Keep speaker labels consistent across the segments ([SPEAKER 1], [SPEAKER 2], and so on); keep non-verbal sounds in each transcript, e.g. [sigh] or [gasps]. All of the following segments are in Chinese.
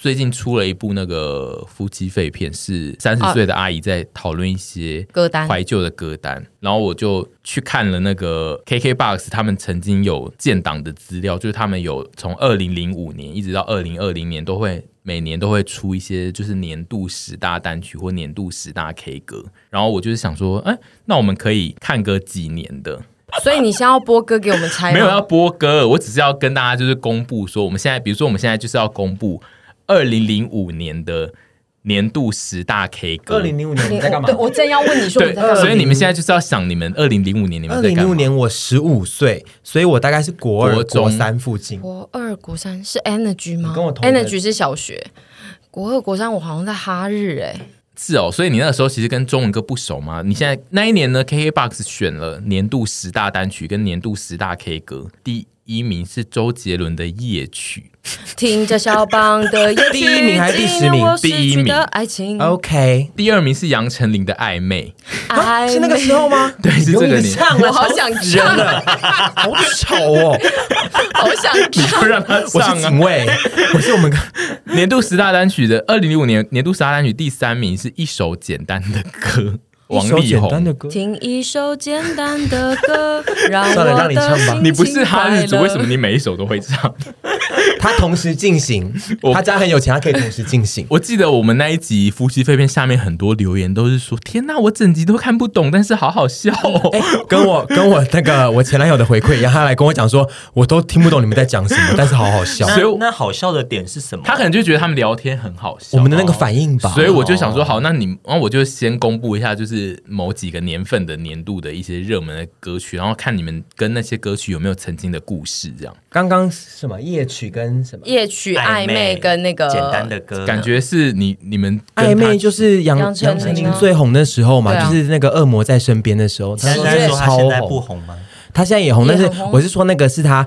[SPEAKER 1] 最近出了一部那个夫妻肺片，是三十岁的阿姨在讨论一些
[SPEAKER 2] 哦歌单
[SPEAKER 1] 怀旧的歌单，然后我就去看了那个 KKBOX 他们曾经有建档的资料，就是他们有从二零零五年一直到二零二零年都会每年都会出一些就是年度十大单曲或年度十大 K 歌，然后我就是想说，哎，那我们可以看个几年的，
[SPEAKER 2] [laughs] 所以你先要播歌给我们猜吗，
[SPEAKER 1] 没有要播歌，我只是要跟大家就是公布说，我们现在，比如说我们现在就是要公布二零零五年的年度十大 K 歌。
[SPEAKER 3] 二零零五年你在干嘛
[SPEAKER 2] 对，？我正要问你说
[SPEAKER 1] 对
[SPEAKER 2] 你在干，嘛
[SPEAKER 1] 所以你们现在就是要想你们二零零五年你
[SPEAKER 3] 二
[SPEAKER 1] 们在
[SPEAKER 3] 零
[SPEAKER 1] 干
[SPEAKER 3] 零
[SPEAKER 1] 嘛
[SPEAKER 3] 五？年我十五岁，所以我大概是国二、
[SPEAKER 1] 国
[SPEAKER 3] 国
[SPEAKER 1] 中
[SPEAKER 3] 三附近。
[SPEAKER 2] 国二、国三是 Energy 吗
[SPEAKER 3] 你跟我同年
[SPEAKER 2] ？Energy 是小学，国二、国三我好像在哈日哎、
[SPEAKER 1] 是哦，所以你那个时候其实跟中文歌不熟吗？你现在那一年呢，KKBOX 选了年度十大单曲跟年度十大 K 歌，第一名是周杰伦的《夜曲
[SPEAKER 2] 听着肖邦的夜曲，
[SPEAKER 3] 第一名还是第十名哦
[SPEAKER 1] 第
[SPEAKER 2] 纪念我逝
[SPEAKER 1] 一
[SPEAKER 2] 去
[SPEAKER 1] 名
[SPEAKER 2] 的爱情，
[SPEAKER 3] OK，》，
[SPEAKER 1] 第二名是杨丞琳的《暧昧
[SPEAKER 2] 爱
[SPEAKER 3] 是那个时候吗？
[SPEAKER 1] 对是这个
[SPEAKER 3] 你用力
[SPEAKER 1] 年
[SPEAKER 3] 唱
[SPEAKER 2] [laughs] 我
[SPEAKER 3] 了，
[SPEAKER 2] 好想唱，
[SPEAKER 3] 好吵
[SPEAKER 1] [laughs]
[SPEAKER 3] 哦！
[SPEAKER 2] [laughs] 好想》，
[SPEAKER 1] 你就
[SPEAKER 2] 唱。
[SPEAKER 1] 让他
[SPEAKER 3] 我
[SPEAKER 1] 上
[SPEAKER 3] 是
[SPEAKER 1] 啊
[SPEAKER 3] 警！卫，我是我们
[SPEAKER 1] 年度十大单曲的二零零五年年度十大单曲第三名是一首简单的歌，王
[SPEAKER 3] 一首
[SPEAKER 1] 力
[SPEAKER 3] 简单的
[SPEAKER 1] 宏。
[SPEAKER 3] 歌。
[SPEAKER 2] 听一首简单的歌，让
[SPEAKER 3] 算了
[SPEAKER 2] 我
[SPEAKER 3] 让你唱吧
[SPEAKER 2] 的心
[SPEAKER 1] 你不是
[SPEAKER 2] 情
[SPEAKER 1] 哈日族，
[SPEAKER 2] 快乐
[SPEAKER 1] 为什么你每一首都会 [laughs] 唱？
[SPEAKER 3] 他同时进行
[SPEAKER 1] 我，
[SPEAKER 3] 他家很有钱，他可以同时进行。
[SPEAKER 1] 我记得我们那一集夫妻肺片下面很多留言都是说：“天哪，我整集都看不懂，但是好好笑哦。 [laughs]
[SPEAKER 3] 哎、跟我跟我那个我前男友的回馈一样，他来跟我讲说，我都听不懂你们在讲什么，但是好
[SPEAKER 1] [laughs]
[SPEAKER 3] 好笑。
[SPEAKER 1] 所以我
[SPEAKER 4] 那那好笑的点是什么？
[SPEAKER 1] 他可能就觉得他们聊天很好笑。哦
[SPEAKER 3] 我们的那个反应吧，
[SPEAKER 1] 所以我就想说，哦好，那你，然后我就先公布一下，就是某几个年份的年度的一些热门的歌曲，然后看你们跟那些歌曲有没有曾经的故事，这样
[SPEAKER 3] 刚刚什么夜曲跟什么
[SPEAKER 2] 夜曲暧昧跟那个
[SPEAKER 4] 简单的歌，
[SPEAKER 1] 感觉是你你们跟
[SPEAKER 3] 暧
[SPEAKER 1] 他
[SPEAKER 3] 昧，就是杨
[SPEAKER 2] 杨丞琳
[SPEAKER 3] 杨
[SPEAKER 2] 啊
[SPEAKER 3] 丞琳最红的时候嘛，
[SPEAKER 2] 对啊
[SPEAKER 3] 就是那个恶魔在身边的时候，
[SPEAKER 4] 现
[SPEAKER 2] 现在
[SPEAKER 4] 在说他
[SPEAKER 3] 超
[SPEAKER 4] 现在
[SPEAKER 3] 红，
[SPEAKER 4] 不红吗？
[SPEAKER 3] 他现在也红，但
[SPEAKER 2] 也
[SPEAKER 3] 是
[SPEAKER 2] 很红啊
[SPEAKER 3] 我是说那个是他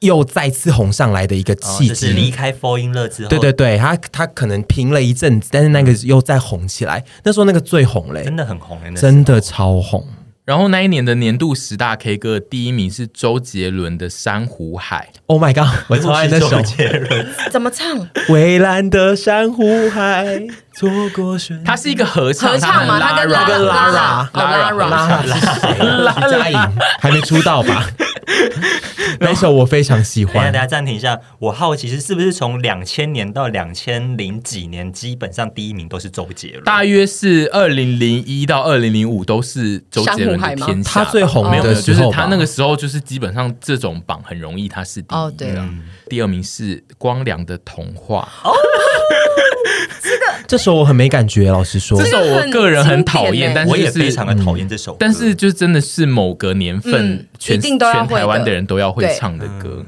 [SPEAKER 3] 又再次红上来的一个
[SPEAKER 4] 哦
[SPEAKER 3] 契
[SPEAKER 4] 就是离
[SPEAKER 3] 机。
[SPEAKER 4] 开 Fall in Love 之后，
[SPEAKER 3] 对对对，他他可能平了一阵子，但是那个又再红起来。那时候那个最红嘞
[SPEAKER 4] 真，的很红欸，那时候
[SPEAKER 3] 真的超红。
[SPEAKER 1] 然后那一年的年度十大 K 歌第一名是周杰伦的《珊瑚海
[SPEAKER 3] Oh my god！我超爱那
[SPEAKER 4] 周
[SPEAKER 3] 首 [laughs]
[SPEAKER 4] 杰伦，
[SPEAKER 2] 怎么唱？
[SPEAKER 3] 蔚蓝的珊瑚海，错过旋》，
[SPEAKER 1] 它是一个合唱，
[SPEAKER 2] 合唱嘛，
[SPEAKER 1] 它
[SPEAKER 2] 他跟
[SPEAKER 3] 他跟
[SPEAKER 2] Lara
[SPEAKER 3] Lara-
[SPEAKER 1] 拉
[SPEAKER 2] Lara
[SPEAKER 3] 拉拉是谁啊？徐佳莹还没出道吧？那首我非常喜
[SPEAKER 4] 等一下
[SPEAKER 3] 欢
[SPEAKER 4] 哎等一。下暂停一下，我好奇是是不是从两千年到两千零几年，基本上第一名都是周杰伦。
[SPEAKER 1] 大约是二零零一到二零零五都是周杰伦的天下吧，
[SPEAKER 3] 他最红
[SPEAKER 1] 没有没
[SPEAKER 3] 的
[SPEAKER 1] 有，就
[SPEAKER 3] 时
[SPEAKER 1] 是
[SPEAKER 3] 候吧，
[SPEAKER 1] 他那个时候就是基本上这种榜很容易他是第一
[SPEAKER 2] 哦对了
[SPEAKER 3] 嗯
[SPEAKER 2] 哦
[SPEAKER 1] 第二名是光良的《童话》，
[SPEAKER 3] 这首我很没感觉，老实说
[SPEAKER 1] 这。首我个人很讨厌，
[SPEAKER 2] 这个很经典欸
[SPEAKER 1] 但是
[SPEAKER 4] 我也
[SPEAKER 1] 就是
[SPEAKER 4] 非常的讨
[SPEAKER 3] 嗯
[SPEAKER 4] 厌这首歌，
[SPEAKER 1] 但是就真的是某个年份
[SPEAKER 2] 嗯
[SPEAKER 1] 全
[SPEAKER 2] 一定都要
[SPEAKER 1] 全
[SPEAKER 2] 会的
[SPEAKER 1] 台湾的人都要会唱的歌。
[SPEAKER 3] 嗯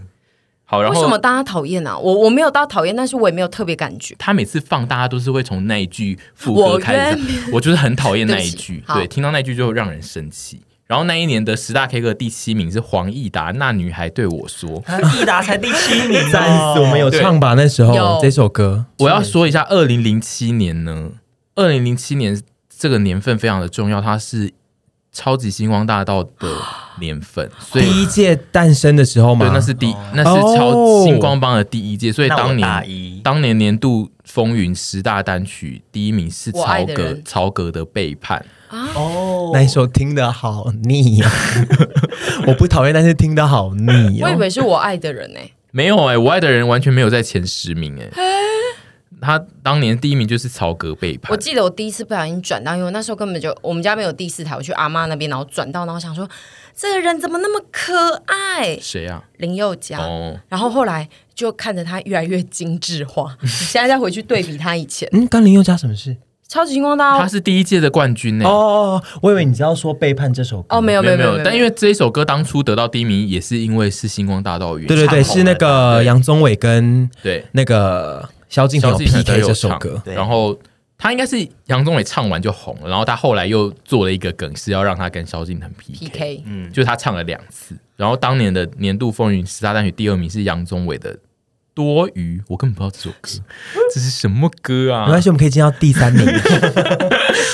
[SPEAKER 1] 好，然
[SPEAKER 2] 为
[SPEAKER 1] 后
[SPEAKER 2] 什么大家讨厌啊？我我没有到讨厌，但是我也没有特别感觉。
[SPEAKER 1] 他每次放，大家都是会从那一句副歌开始
[SPEAKER 2] 我
[SPEAKER 1] 唱，我就是很讨厌那一句
[SPEAKER 2] 对不起，好
[SPEAKER 1] 对，听到那一句就会让人生气。然后那一年的十大 K 歌第七名是黄义达，《那女孩对我说》。
[SPEAKER 4] 啊益达才第
[SPEAKER 3] [laughs]
[SPEAKER 4] 七名
[SPEAKER 3] 暂
[SPEAKER 4] 哦，
[SPEAKER 3] 时我们有唱吧？那时
[SPEAKER 2] 有
[SPEAKER 3] 候这首歌，
[SPEAKER 1] 我要说一下，二零零七年呢，二零零七年这个年份非常的重要，它是超级星光大道的年
[SPEAKER 2] [gasps]
[SPEAKER 1] 份，所以
[SPEAKER 4] 哦
[SPEAKER 3] 第一届诞生的时候
[SPEAKER 1] 对，
[SPEAKER 3] 嘛，
[SPEAKER 1] 那是第那是超星光帮的第一届，所以
[SPEAKER 4] 哦那我
[SPEAKER 1] 当
[SPEAKER 4] 大
[SPEAKER 1] 年
[SPEAKER 4] 一
[SPEAKER 1] 当年年度风云十大单曲第一名是
[SPEAKER 2] 我爱
[SPEAKER 1] 曹
[SPEAKER 2] 的
[SPEAKER 1] 格
[SPEAKER 2] 人
[SPEAKER 1] 曹格的背叛。
[SPEAKER 4] 哦
[SPEAKER 3] 那一首听的好腻啊！ [laughs] 我不讨厌，但是听的好腻
[SPEAKER 2] 我以
[SPEAKER 3] 哦。
[SPEAKER 2] 为是我爱的人呢、欸
[SPEAKER 1] 没有哎、我爱的人完全没有在前十名哎、
[SPEAKER 2] 啊
[SPEAKER 1] 他当年第一名就是曹格背叛
[SPEAKER 2] 我，记得我第一次不小心转到，因为那时候根本就我们家没有第四台，我去阿妈那边，然后转到，然后想说这个人怎么那么可爱，
[SPEAKER 1] 谁啊？
[SPEAKER 2] 林宥嘉。
[SPEAKER 1] 哦，
[SPEAKER 2] 然后后来就看着他越来越精
[SPEAKER 1] [laughs]
[SPEAKER 2] 致化，现在再回去对比他以前，
[SPEAKER 3] 嗯，甘霖又加什么事？
[SPEAKER 2] 超级星光大
[SPEAKER 1] 他
[SPEAKER 2] 道
[SPEAKER 1] 是第一届的冠军呢、
[SPEAKER 3] 哦哦，哦我以为你知道说《背叛》这首歌
[SPEAKER 2] 哦，没有
[SPEAKER 1] 没
[SPEAKER 2] 有
[SPEAKER 1] 没
[SPEAKER 2] 没
[SPEAKER 1] 但因为这一首歌当初得到第一名，也是因为是星光大道原
[SPEAKER 3] 对对对，
[SPEAKER 4] 唱红
[SPEAKER 3] 是那
[SPEAKER 4] 了的
[SPEAKER 3] 个
[SPEAKER 1] 对
[SPEAKER 3] 杨宗纬跟
[SPEAKER 1] 对，
[SPEAKER 3] 那个萧敬腾有
[SPEAKER 1] 萧敬腾都
[SPEAKER 3] PK
[SPEAKER 1] 有
[SPEAKER 3] 这首
[SPEAKER 1] 唱
[SPEAKER 3] 歌。
[SPEAKER 4] 对
[SPEAKER 1] 然后他应该是杨宗纬唱完就红了，然后他后来又做了一个梗，是要让他跟萧敬腾 PK，,
[SPEAKER 2] PK
[SPEAKER 4] 嗯，
[SPEAKER 1] 就是他唱了两次。然后当年的年度风云十大单曲第二名是杨宗纬的《多余》，我根本不知道这首歌，这是什么歌啊？
[SPEAKER 2] [laughs]
[SPEAKER 3] 没关系，我们可以进到第三名。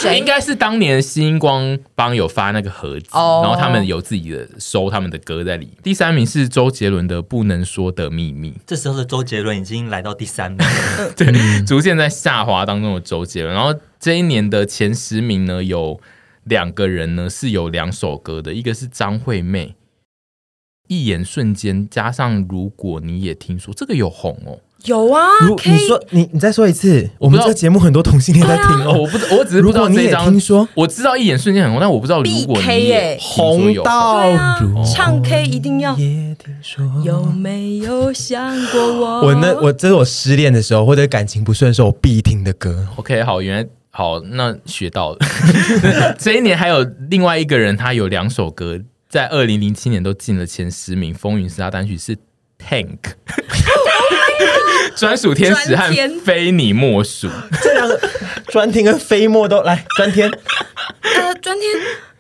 [SPEAKER 2] 谁
[SPEAKER 1] 应该是当年星光帮有发那个盒子，
[SPEAKER 2] 哦
[SPEAKER 1] 然后他们有自己的收他们的歌在里面。第三名是周杰伦的《不能说的秘密
[SPEAKER 4] 这时候的周杰伦已经来到第三名了，》，
[SPEAKER 1] [laughs] 对，逐渐在下滑当中的周杰伦。然后这一年的前十名呢，有两个人呢是有两首歌的，一个是张惠妹，《一眼瞬间》加上《如果你也听说》，这个有红哦。
[SPEAKER 2] 有啊
[SPEAKER 3] 如，
[SPEAKER 2] 可
[SPEAKER 3] 你
[SPEAKER 2] 以
[SPEAKER 3] 说你你再说一次，我
[SPEAKER 1] 不
[SPEAKER 3] 们
[SPEAKER 1] 知道
[SPEAKER 3] 这个节目很多同性恋在听
[SPEAKER 1] 哦，
[SPEAKER 3] 哦。
[SPEAKER 1] 我不知，我只是不知道
[SPEAKER 3] 如果你
[SPEAKER 1] 这
[SPEAKER 3] 也
[SPEAKER 1] 一张。
[SPEAKER 3] 听说
[SPEAKER 1] 我知道一眼瞬间很红，但我不知道如果
[SPEAKER 2] BK
[SPEAKER 1] 你也
[SPEAKER 2] 耶
[SPEAKER 1] 听说有
[SPEAKER 2] 对啊
[SPEAKER 3] 如，
[SPEAKER 1] 哦
[SPEAKER 2] 唱 K 一定要。
[SPEAKER 3] 也听说
[SPEAKER 2] 有没有想过我？
[SPEAKER 3] 我那我这是我失恋的时候或者感情不顺的时候我必听的歌。
[SPEAKER 1] OK，好，原来好，那学到了。 [laughs] 这一年还有另外一个人，他有两首歌在二零零七年都进了前十名，《风云十大单曲》是 Tank，专属天使和
[SPEAKER 2] 专天
[SPEAKER 1] 非你莫属。
[SPEAKER 3] 这两个专天跟飞沫都来，专天
[SPEAKER 2] 呃，专天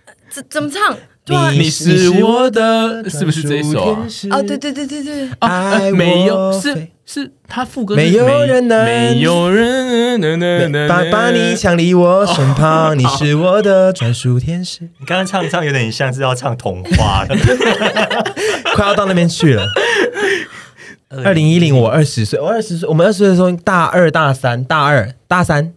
[SPEAKER 2] 呃怎怎么唱？对啊
[SPEAKER 3] 你
[SPEAKER 1] 你是我的，是不是这一首啊？
[SPEAKER 2] 哦，对对对对对，
[SPEAKER 1] 啊，
[SPEAKER 3] 爱
[SPEAKER 1] 呃 [laughs] 没有，
[SPEAKER 3] 我
[SPEAKER 1] 是
[SPEAKER 3] 非
[SPEAKER 1] 是他副歌是
[SPEAKER 3] 没有人能
[SPEAKER 1] 没有人能
[SPEAKER 3] 把把你抢离我身旁，你是我的专属天使，
[SPEAKER 4] 你刚刚唱一唱有点像是要唱童话
[SPEAKER 3] [laughs]
[SPEAKER 4] 了。
[SPEAKER 3] 快要到那边去了。二零一零，我二十岁，我二十岁，我们二十岁的时候，大二、大三、大二、大三，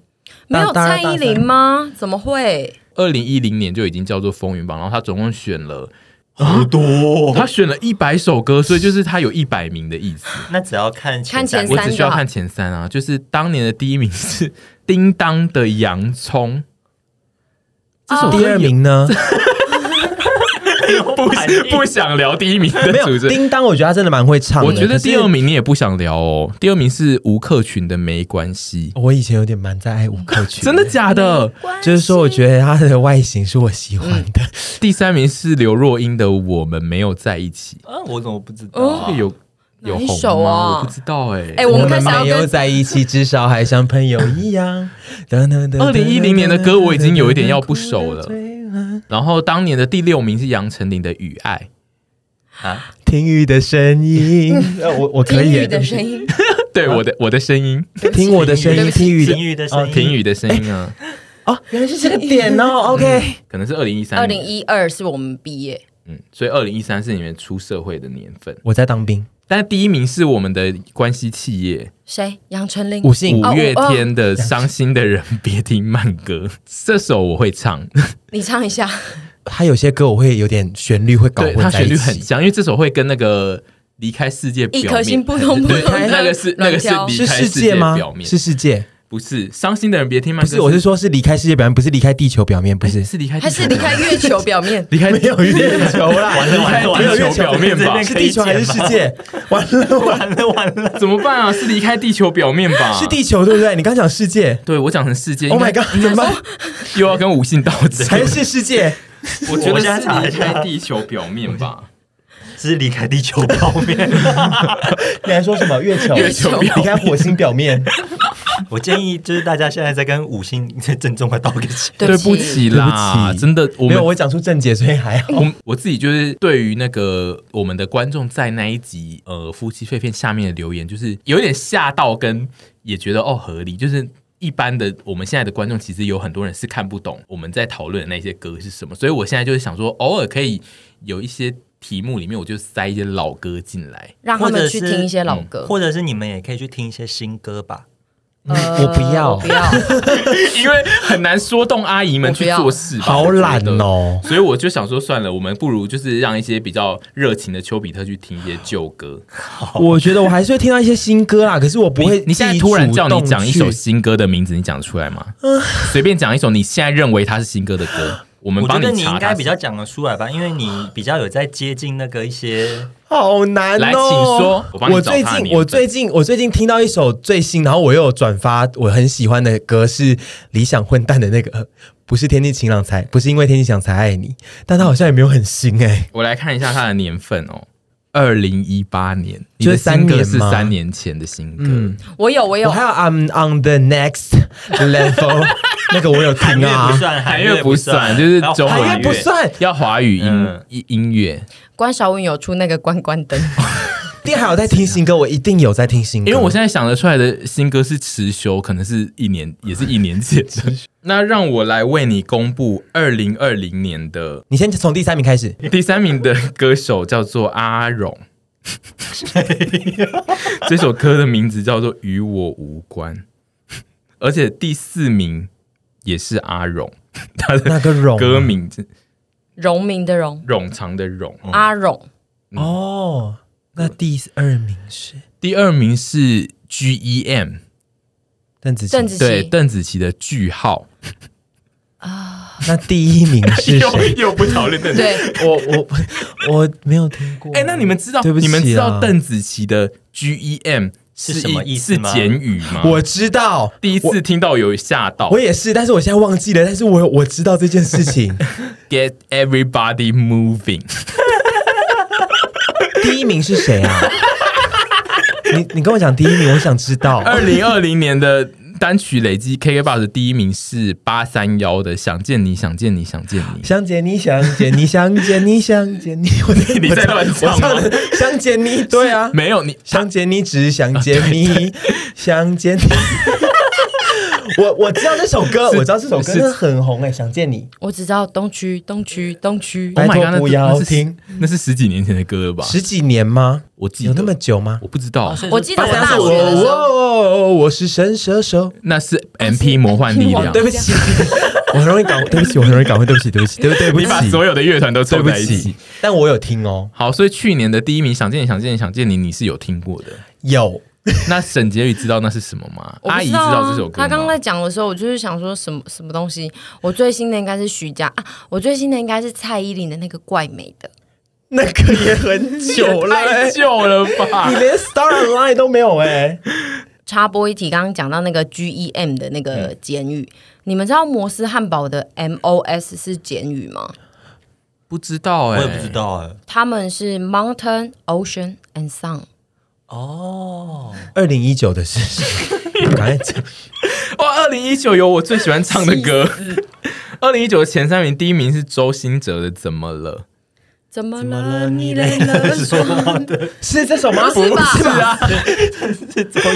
[SPEAKER 2] 没有
[SPEAKER 3] 大
[SPEAKER 2] 蔡依林？吗？怎么会？
[SPEAKER 1] 二零一零年就已经叫做风云榜，然后他总共选了。
[SPEAKER 4] 好多，哦
[SPEAKER 1] 他选了一百首歌，所以就是他有一百名的意思。
[SPEAKER 4] 那只要看
[SPEAKER 2] 看前
[SPEAKER 4] 三
[SPEAKER 1] 我
[SPEAKER 4] 名
[SPEAKER 2] 三
[SPEAKER 1] 只需要看前三啊，就是当年的第一名是叮当的洋葱，这首歌
[SPEAKER 3] 大三第二名呢？
[SPEAKER 1] [laughs] 不不想聊第一名的
[SPEAKER 3] 没有
[SPEAKER 1] 主持人。
[SPEAKER 3] 叮当，我觉得他真的蛮会唱的。
[SPEAKER 1] 我觉得第二
[SPEAKER 3] 可是，
[SPEAKER 1] 名你也不想聊哦，第二名是吴克群的《没关系
[SPEAKER 3] 我以前有点蛮在爱吴克群，
[SPEAKER 1] [laughs] 真的假的？
[SPEAKER 3] 就是说，我觉得他的外形是我喜欢
[SPEAKER 1] 嗯
[SPEAKER 3] 的。
[SPEAKER 1] 第三名是刘若英的《我们没有在一起》，
[SPEAKER 2] 哦
[SPEAKER 4] 啊，我怎么不知道
[SPEAKER 1] 这
[SPEAKER 4] 啊？
[SPEAKER 1] 个有有
[SPEAKER 2] 哪一
[SPEAKER 1] 红
[SPEAKER 2] 首啊
[SPEAKER 1] 吗？我不知道哎。
[SPEAKER 2] 哎我们开始要
[SPEAKER 3] 没
[SPEAKER 2] 跟
[SPEAKER 3] 有在一起，至少还像朋友一样。二
[SPEAKER 1] [laughs] 二零一零年的歌我已经有一点要不熟了然后当年的第六名是杨丞琳的《雨爱
[SPEAKER 4] 啊，
[SPEAKER 3] [laughs] 听雨的声音，呃我我可
[SPEAKER 2] 听
[SPEAKER 3] 以耶
[SPEAKER 2] 雨的
[SPEAKER 3] [laughs]
[SPEAKER 2] 声，音，》，
[SPEAKER 1] 对我的啊我的声音，
[SPEAKER 3] 听我的声
[SPEAKER 2] 对
[SPEAKER 3] 音，
[SPEAKER 2] 不起
[SPEAKER 3] 听雨的
[SPEAKER 4] 听雨的声音，
[SPEAKER 1] 婷雨的声音啊，
[SPEAKER 3] 哦，原来是这个点哦。OK，
[SPEAKER 1] [laughs] 可能是二零一三
[SPEAKER 2] 二零一二是我们毕业，
[SPEAKER 1] 嗯，所以二零一三是你们出社会的年份，
[SPEAKER 3] 我在当兵，
[SPEAKER 1] 但第一名是我们的关系企业
[SPEAKER 2] 谁？杨丞琳。
[SPEAKER 3] 五姓
[SPEAKER 1] 五月
[SPEAKER 2] 哦哦
[SPEAKER 1] 天的《伤心的人 [laughs] 别听慢歌》这首我会唱，
[SPEAKER 2] 你唱一下。
[SPEAKER 3] 他有些歌我会有点旋律会搞
[SPEAKER 1] 对，它
[SPEAKER 3] 混在
[SPEAKER 1] 旋
[SPEAKER 3] 一
[SPEAKER 1] 律很
[SPEAKER 3] 起。
[SPEAKER 1] 像，因为这首会跟那个离开世界表
[SPEAKER 2] 一
[SPEAKER 1] 面
[SPEAKER 2] 颗心扑通扑
[SPEAKER 1] 对
[SPEAKER 2] 通的
[SPEAKER 1] 那个是那个是
[SPEAKER 2] 软
[SPEAKER 1] 离
[SPEAKER 2] 跳
[SPEAKER 3] 是
[SPEAKER 1] 开
[SPEAKER 3] 世
[SPEAKER 1] 世界
[SPEAKER 3] 界吗
[SPEAKER 1] 表？面，
[SPEAKER 3] 是世界，
[SPEAKER 1] 不是伤心的人别听慢
[SPEAKER 3] 不
[SPEAKER 1] 歌，哎
[SPEAKER 3] 是，我是说，是离开世界表面，不是离开地球表面，不是
[SPEAKER 1] 是离开地
[SPEAKER 2] 还
[SPEAKER 1] 球？
[SPEAKER 2] 是离开月球表面
[SPEAKER 1] 离开没有
[SPEAKER 3] 地球啦，
[SPEAKER 4] 完了完了完了，
[SPEAKER 1] 地球表面吧
[SPEAKER 4] 这边
[SPEAKER 3] 是
[SPEAKER 4] 可以
[SPEAKER 3] 地球还是
[SPEAKER 4] 剪
[SPEAKER 3] 世
[SPEAKER 4] 吗？
[SPEAKER 3] 界？完了，
[SPEAKER 4] 完了完了，
[SPEAKER 1] [laughs] 怎么办啊？是离开地球表面吧？
[SPEAKER 3] 是地球对不对？你刚讲世界
[SPEAKER 1] 对我讲成世界应
[SPEAKER 3] ，Oh
[SPEAKER 1] 该
[SPEAKER 3] my god，怎么办？
[SPEAKER 1] 又要跟吴信道歉，
[SPEAKER 3] 还是世界？
[SPEAKER 1] 我觉得
[SPEAKER 4] 我先查
[SPEAKER 1] 是离
[SPEAKER 4] 一下
[SPEAKER 1] 开地球表面吧，
[SPEAKER 4] 只是离开地球表面。 [laughs]
[SPEAKER 3] 你还说什么月球？
[SPEAKER 1] 月球表面
[SPEAKER 3] 离开火星表面？
[SPEAKER 4] 我建议就是大家现在在跟五星在郑重的道个歉。
[SPEAKER 1] [laughs] 对不，起啦，
[SPEAKER 3] 对不起
[SPEAKER 1] 真的，我
[SPEAKER 3] 没
[SPEAKER 1] 们
[SPEAKER 3] 有，我讲出正解，所以还
[SPEAKER 1] [laughs]
[SPEAKER 3] 好。
[SPEAKER 1] 我我自己就是对于那个我们的观众在那一集呃夫妻肺片下面的留言，就是有点吓到，跟也觉得哦合理，就是。一般的，我们现在的观众其实有很多人是看不懂我们在讨论的那些歌是什么，所以我现在就是想说，偶尔可以有一些题目里面，我就塞一些老歌进来。
[SPEAKER 2] 让他们去听一些老歌。
[SPEAKER 4] 或者是你们也可以去听一些新歌吧。
[SPEAKER 2] 呃
[SPEAKER 3] 我不要
[SPEAKER 2] 我不要。
[SPEAKER 1] 因为很难说动阿姨们去做事吧，
[SPEAKER 3] 好懒哦
[SPEAKER 1] 我觉得所以我就想说，算了，我们不如就是让一些比较热情的丘比特去听一些旧歌。
[SPEAKER 3] 我觉得我还是会听到一些新歌啦，可是我不会
[SPEAKER 1] 你你现在
[SPEAKER 3] 自己
[SPEAKER 1] 突然
[SPEAKER 3] 主
[SPEAKER 1] 叫你
[SPEAKER 3] 动
[SPEAKER 1] 讲一首
[SPEAKER 3] 去
[SPEAKER 1] 新歌的名字，你讲得出来吗？
[SPEAKER 4] 嗯
[SPEAKER 1] [laughs] 随便讲一首你现在认为它是新歌的歌，我们
[SPEAKER 4] 我觉
[SPEAKER 1] 帮
[SPEAKER 4] 得你
[SPEAKER 1] 查
[SPEAKER 4] 应
[SPEAKER 1] 它
[SPEAKER 4] 该
[SPEAKER 1] 是
[SPEAKER 4] 比较讲得出来吧，因为你比较有在接近那个一些
[SPEAKER 3] 好难哦。
[SPEAKER 1] 来请说我帮你
[SPEAKER 3] 我
[SPEAKER 1] 找
[SPEAKER 3] 最
[SPEAKER 1] 他的年
[SPEAKER 3] 近
[SPEAKER 1] 份
[SPEAKER 3] 我最近我最近听到一首最新，然后我又有转发我很喜欢的歌是理想混蛋的那个，呃不是天气晴朗才，不是因为天气晴朗才爱你，但他好像也没有很新哎、
[SPEAKER 1] 我来看一下它的年份哦。二零一八年，你
[SPEAKER 3] 就
[SPEAKER 1] 的
[SPEAKER 3] 是三
[SPEAKER 1] 新歌
[SPEAKER 3] 年
[SPEAKER 1] 是
[SPEAKER 3] 吗嗯
[SPEAKER 1] 三年前的新歌，
[SPEAKER 2] 我有，我
[SPEAKER 1] 哎
[SPEAKER 2] 有
[SPEAKER 3] 我还。有 I'm on the next
[SPEAKER 1] [laughs]
[SPEAKER 3] level 那个我有
[SPEAKER 4] 韩
[SPEAKER 3] 听
[SPEAKER 4] 乐不
[SPEAKER 3] 啊，
[SPEAKER 4] 算，
[SPEAKER 1] 韩 [laughs]
[SPEAKER 4] 韩
[SPEAKER 1] 乐不算，就是中
[SPEAKER 4] 然后
[SPEAKER 1] 华
[SPEAKER 3] 韩
[SPEAKER 1] 乐
[SPEAKER 3] 乐不算
[SPEAKER 1] 哎要华语音
[SPEAKER 4] 嗯
[SPEAKER 1] 音音乐。
[SPEAKER 2] 关韶文有出那个关关灯，
[SPEAKER 3] 定还有在听新歌，我一定有在听新歌，
[SPEAKER 1] 因为我现在想得出来的新歌是持修，可能是一年，也是一年前的。 [laughs] 那让我来为你公布二零二零年的
[SPEAKER 3] 你先从第三名开始，
[SPEAKER 1] [laughs] 第三名的歌手叫做阿荣，这首歌的名字叫做《与我无关》，而且第四名也是阿荣，他的
[SPEAKER 3] 那个荣啊
[SPEAKER 1] 歌名字
[SPEAKER 2] 荣民的荣，
[SPEAKER 1] 冗长的冗。
[SPEAKER 2] 阿荣，
[SPEAKER 3] 哦。那第二名是
[SPEAKER 1] 第二名是 G E M，
[SPEAKER 3] 邓紫
[SPEAKER 2] 邓
[SPEAKER 3] 棋，
[SPEAKER 2] 紫
[SPEAKER 1] 对
[SPEAKER 2] 棋，
[SPEAKER 1] 邓紫棋的句号。
[SPEAKER 3] 那第一名是
[SPEAKER 1] [laughs]
[SPEAKER 2] [laughs]
[SPEAKER 1] 哎
[SPEAKER 3] 谁？
[SPEAKER 4] 又不讨论的
[SPEAKER 2] 对，
[SPEAKER 3] 我我我没有听过。
[SPEAKER 1] 哎、那你们知道
[SPEAKER 3] 对不起
[SPEAKER 1] 你
[SPEAKER 3] 啊
[SPEAKER 1] 们知道邓紫棋的 G E M 是
[SPEAKER 4] 是什么
[SPEAKER 1] 一
[SPEAKER 4] 意思
[SPEAKER 1] 是
[SPEAKER 4] 吗
[SPEAKER 1] 简语吗？
[SPEAKER 3] 我知道，
[SPEAKER 1] 第一
[SPEAKER 3] 我
[SPEAKER 1] 次听到有吓到
[SPEAKER 3] 我也是，但是我现在忘记了，但是我我知道这件
[SPEAKER 1] [laughs]
[SPEAKER 3] 事情。
[SPEAKER 1] ，Get everybody moving，
[SPEAKER 3] 第一名是谁啊？你你跟我讲第一名，我想知道。
[SPEAKER 1] 二零二零年的。单曲累 [laughs] 积 KKBOX 的第一名是八三幺的《想见你，想见你，想见你》。
[SPEAKER 3] 想见你，想见你，想见你，想见你。我在
[SPEAKER 1] 你在乱
[SPEAKER 3] 我
[SPEAKER 1] 唱吗
[SPEAKER 3] 唱的想见你，对啊，
[SPEAKER 1] 没有你，
[SPEAKER 3] 想见你，只想见你，想见你。我我知道这首歌，
[SPEAKER 1] 是
[SPEAKER 3] 我知道这首歌
[SPEAKER 1] 是
[SPEAKER 3] 真的很红哎、想见你。
[SPEAKER 2] 我只知道东区，东区，东区。
[SPEAKER 3] 拜
[SPEAKER 1] Oh my
[SPEAKER 3] 托
[SPEAKER 1] god，那
[SPEAKER 3] 不要
[SPEAKER 1] 那是
[SPEAKER 3] 听
[SPEAKER 1] 那是十几年前的歌了吧？
[SPEAKER 3] 十几年吗？
[SPEAKER 1] 我记得
[SPEAKER 3] 有那么久吗？
[SPEAKER 1] 我不知道，
[SPEAKER 2] 我记得我
[SPEAKER 3] 八
[SPEAKER 2] 大
[SPEAKER 3] 三
[SPEAKER 2] 学的时
[SPEAKER 3] 我
[SPEAKER 2] 候，
[SPEAKER 3] 我我是神射手。
[SPEAKER 1] 那是 MP 魔幻力量。
[SPEAKER 3] 对不起，我很容易搞，对不起，我很容易搞混，对不起，对不起，对不对不
[SPEAKER 1] 你把
[SPEAKER 3] 起，
[SPEAKER 1] 所有的乐团都
[SPEAKER 3] 对
[SPEAKER 1] 凑
[SPEAKER 3] 不
[SPEAKER 1] 在一起
[SPEAKER 3] 起。。但我有听哦，
[SPEAKER 1] 好，所以去年的第一名《想见你，想见你，想见你》，你是有听过 [laughs] 的。
[SPEAKER 3] 有
[SPEAKER 1] 那沈婕妤知道那是什么吗？
[SPEAKER 2] 我不
[SPEAKER 1] 阿姨
[SPEAKER 2] 知
[SPEAKER 1] 知
[SPEAKER 2] 道
[SPEAKER 1] 道
[SPEAKER 2] 啊
[SPEAKER 1] 这首歌吗？
[SPEAKER 2] 他刚刚在讲的时候，我就是想说什么什么东西。我最新的应该是徐佳啊，我最新的应该是蔡依林的那个怪美的。
[SPEAKER 3] 那个也很久了、
[SPEAKER 1] 太
[SPEAKER 3] 欸，
[SPEAKER 1] 旧了吧
[SPEAKER 3] 你？连 Star Online 都没有哎、
[SPEAKER 2] 插播一题，刚刚讲到那个 G E M 的那
[SPEAKER 1] 嗯
[SPEAKER 2] 个简语，你们知道摩斯汉堡的 M O S 是简语吗？
[SPEAKER 1] 不知道
[SPEAKER 4] 我
[SPEAKER 1] 哎、
[SPEAKER 4] 也不知。道哎。
[SPEAKER 2] 他们是 Mountain, Ocean and Sun。
[SPEAKER 4] 哦，
[SPEAKER 3] 二零一九的事情，我刚才讲
[SPEAKER 1] 哇，二零一九有我最喜欢唱的歌。 [laughs] 二零一九的前三名，第一名是周兴哲的《怎么了
[SPEAKER 2] 怎么
[SPEAKER 4] 怎么了
[SPEAKER 2] 了？
[SPEAKER 4] 你
[SPEAKER 2] 你累
[SPEAKER 1] [laughs]
[SPEAKER 2] 了？
[SPEAKER 4] 说到的
[SPEAKER 3] 是这首吗？
[SPEAKER 2] 不是吧
[SPEAKER 3] 不》。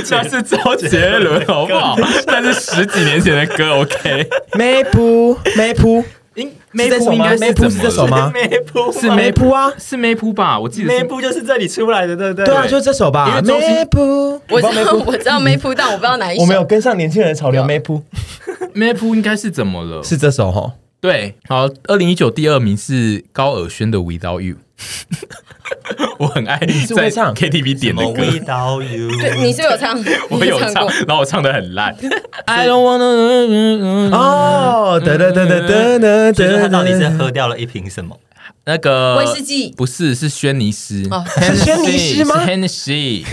[SPEAKER 1] 是啊，
[SPEAKER 4] 是周杰
[SPEAKER 1] 那
[SPEAKER 4] 伦
[SPEAKER 1] 是周杰伦，好不 [laughs] 好？那是十几年前的歌，OK。
[SPEAKER 3] Maple Maple
[SPEAKER 1] 应
[SPEAKER 3] 是这
[SPEAKER 1] Maple
[SPEAKER 3] 首
[SPEAKER 1] 应
[SPEAKER 3] 吗
[SPEAKER 1] 该是
[SPEAKER 3] Maple 是这首
[SPEAKER 1] 怎么了
[SPEAKER 4] [laughs]
[SPEAKER 3] 吗
[SPEAKER 4] 梅布
[SPEAKER 1] 是 Maple
[SPEAKER 4] 梅
[SPEAKER 3] Maple 啊，
[SPEAKER 1] 是 Maple 吧？我记得
[SPEAKER 4] 梅
[SPEAKER 1] 是
[SPEAKER 4] 布就是这里出来的，对不对？
[SPEAKER 3] 对啊，就这首吧。
[SPEAKER 1] 因为周星
[SPEAKER 3] Maple，
[SPEAKER 2] 我
[SPEAKER 1] 啊
[SPEAKER 3] 你
[SPEAKER 2] 知
[SPEAKER 3] 知
[SPEAKER 2] 道
[SPEAKER 3] 道 Maple-
[SPEAKER 2] 我知道 Maple，但我不知道哪一
[SPEAKER 3] 我没有
[SPEAKER 2] 首。
[SPEAKER 3] 跟上年轻人的潮流，Maple
[SPEAKER 1] Maple，应该是怎么了？
[SPEAKER 3] 是这首哈。
[SPEAKER 1] 对，好，二零一九第二名是高尔宣的《Without You》，我很爱
[SPEAKER 3] 是
[SPEAKER 1] 在
[SPEAKER 3] 会唱
[SPEAKER 1] KTV
[SPEAKER 4] 什
[SPEAKER 1] 点的
[SPEAKER 4] 么
[SPEAKER 1] 歌，
[SPEAKER 4] Without You？
[SPEAKER 2] 对，你是有唱，
[SPEAKER 1] [laughs] 我
[SPEAKER 2] 你
[SPEAKER 1] 有
[SPEAKER 2] 唱
[SPEAKER 1] 唱
[SPEAKER 2] 过。，
[SPEAKER 1] 然后我唱的很烂。I [laughs] 啊 don't wanna
[SPEAKER 3] 哦，哒哒哒哒哒哒
[SPEAKER 4] 所以说
[SPEAKER 3] 哒，
[SPEAKER 4] 他到底是喝掉了一瓶什么？
[SPEAKER 1] 那个
[SPEAKER 2] 威士忌
[SPEAKER 1] 不是是轩尼诗
[SPEAKER 2] 哦，
[SPEAKER 1] Hennessy，
[SPEAKER 3] 是轩尼诗吗哦
[SPEAKER 1] 是？Hennessy，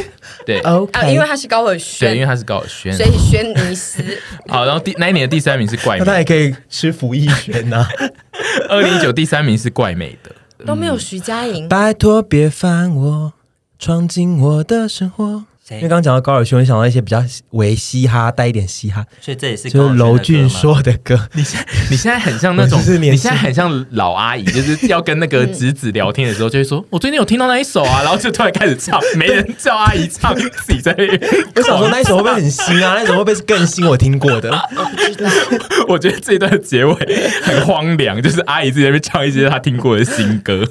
[SPEAKER 1] 对
[SPEAKER 2] 啊，因为
[SPEAKER 3] OK。
[SPEAKER 2] 他是高尔
[SPEAKER 1] 对，因为
[SPEAKER 2] 宣，
[SPEAKER 1] 他是高尔宣
[SPEAKER 2] 所。以轩尼诗。
[SPEAKER 1] 好，然后第那一年的第三名是怪
[SPEAKER 3] 那他
[SPEAKER 1] 美，
[SPEAKER 3] 也可以吃福一轩呐、
[SPEAKER 1] 二零一九第三名是怪美的。
[SPEAKER 2] [laughs] 都没有徐佳莹。
[SPEAKER 3] 拜托别烦我，闯进我的生活。
[SPEAKER 4] 谁
[SPEAKER 3] 因为刚刚讲到高尔宣，我想到一些比较为嘻哈带一点嘻哈，
[SPEAKER 4] 所以这也
[SPEAKER 3] 就
[SPEAKER 4] 是
[SPEAKER 3] 是
[SPEAKER 4] 高
[SPEAKER 3] 娄
[SPEAKER 4] 尔宣的歌
[SPEAKER 3] 俊
[SPEAKER 4] 吗，
[SPEAKER 3] 硕的歌。
[SPEAKER 1] 你现在你现在很像那种
[SPEAKER 3] 我就是，
[SPEAKER 1] 你
[SPEAKER 3] 年轻
[SPEAKER 1] 现在很像老阿
[SPEAKER 3] [laughs]
[SPEAKER 1] 姨，就是要跟那个侄子聊天的
[SPEAKER 2] 嗯
[SPEAKER 1] 时候，就会说：“我最近有听到那一首啊。”然后就突然开始唱，没人叫阿姨唱，自己在那
[SPEAKER 2] [laughs]
[SPEAKER 1] 边。
[SPEAKER 3] 我想说那一首会不会很新啊？那一首会不会是更新我听过的？
[SPEAKER 1] 我觉得这一段的结尾很荒凉，就是阿姨自己在那边唱一些她听过的新歌。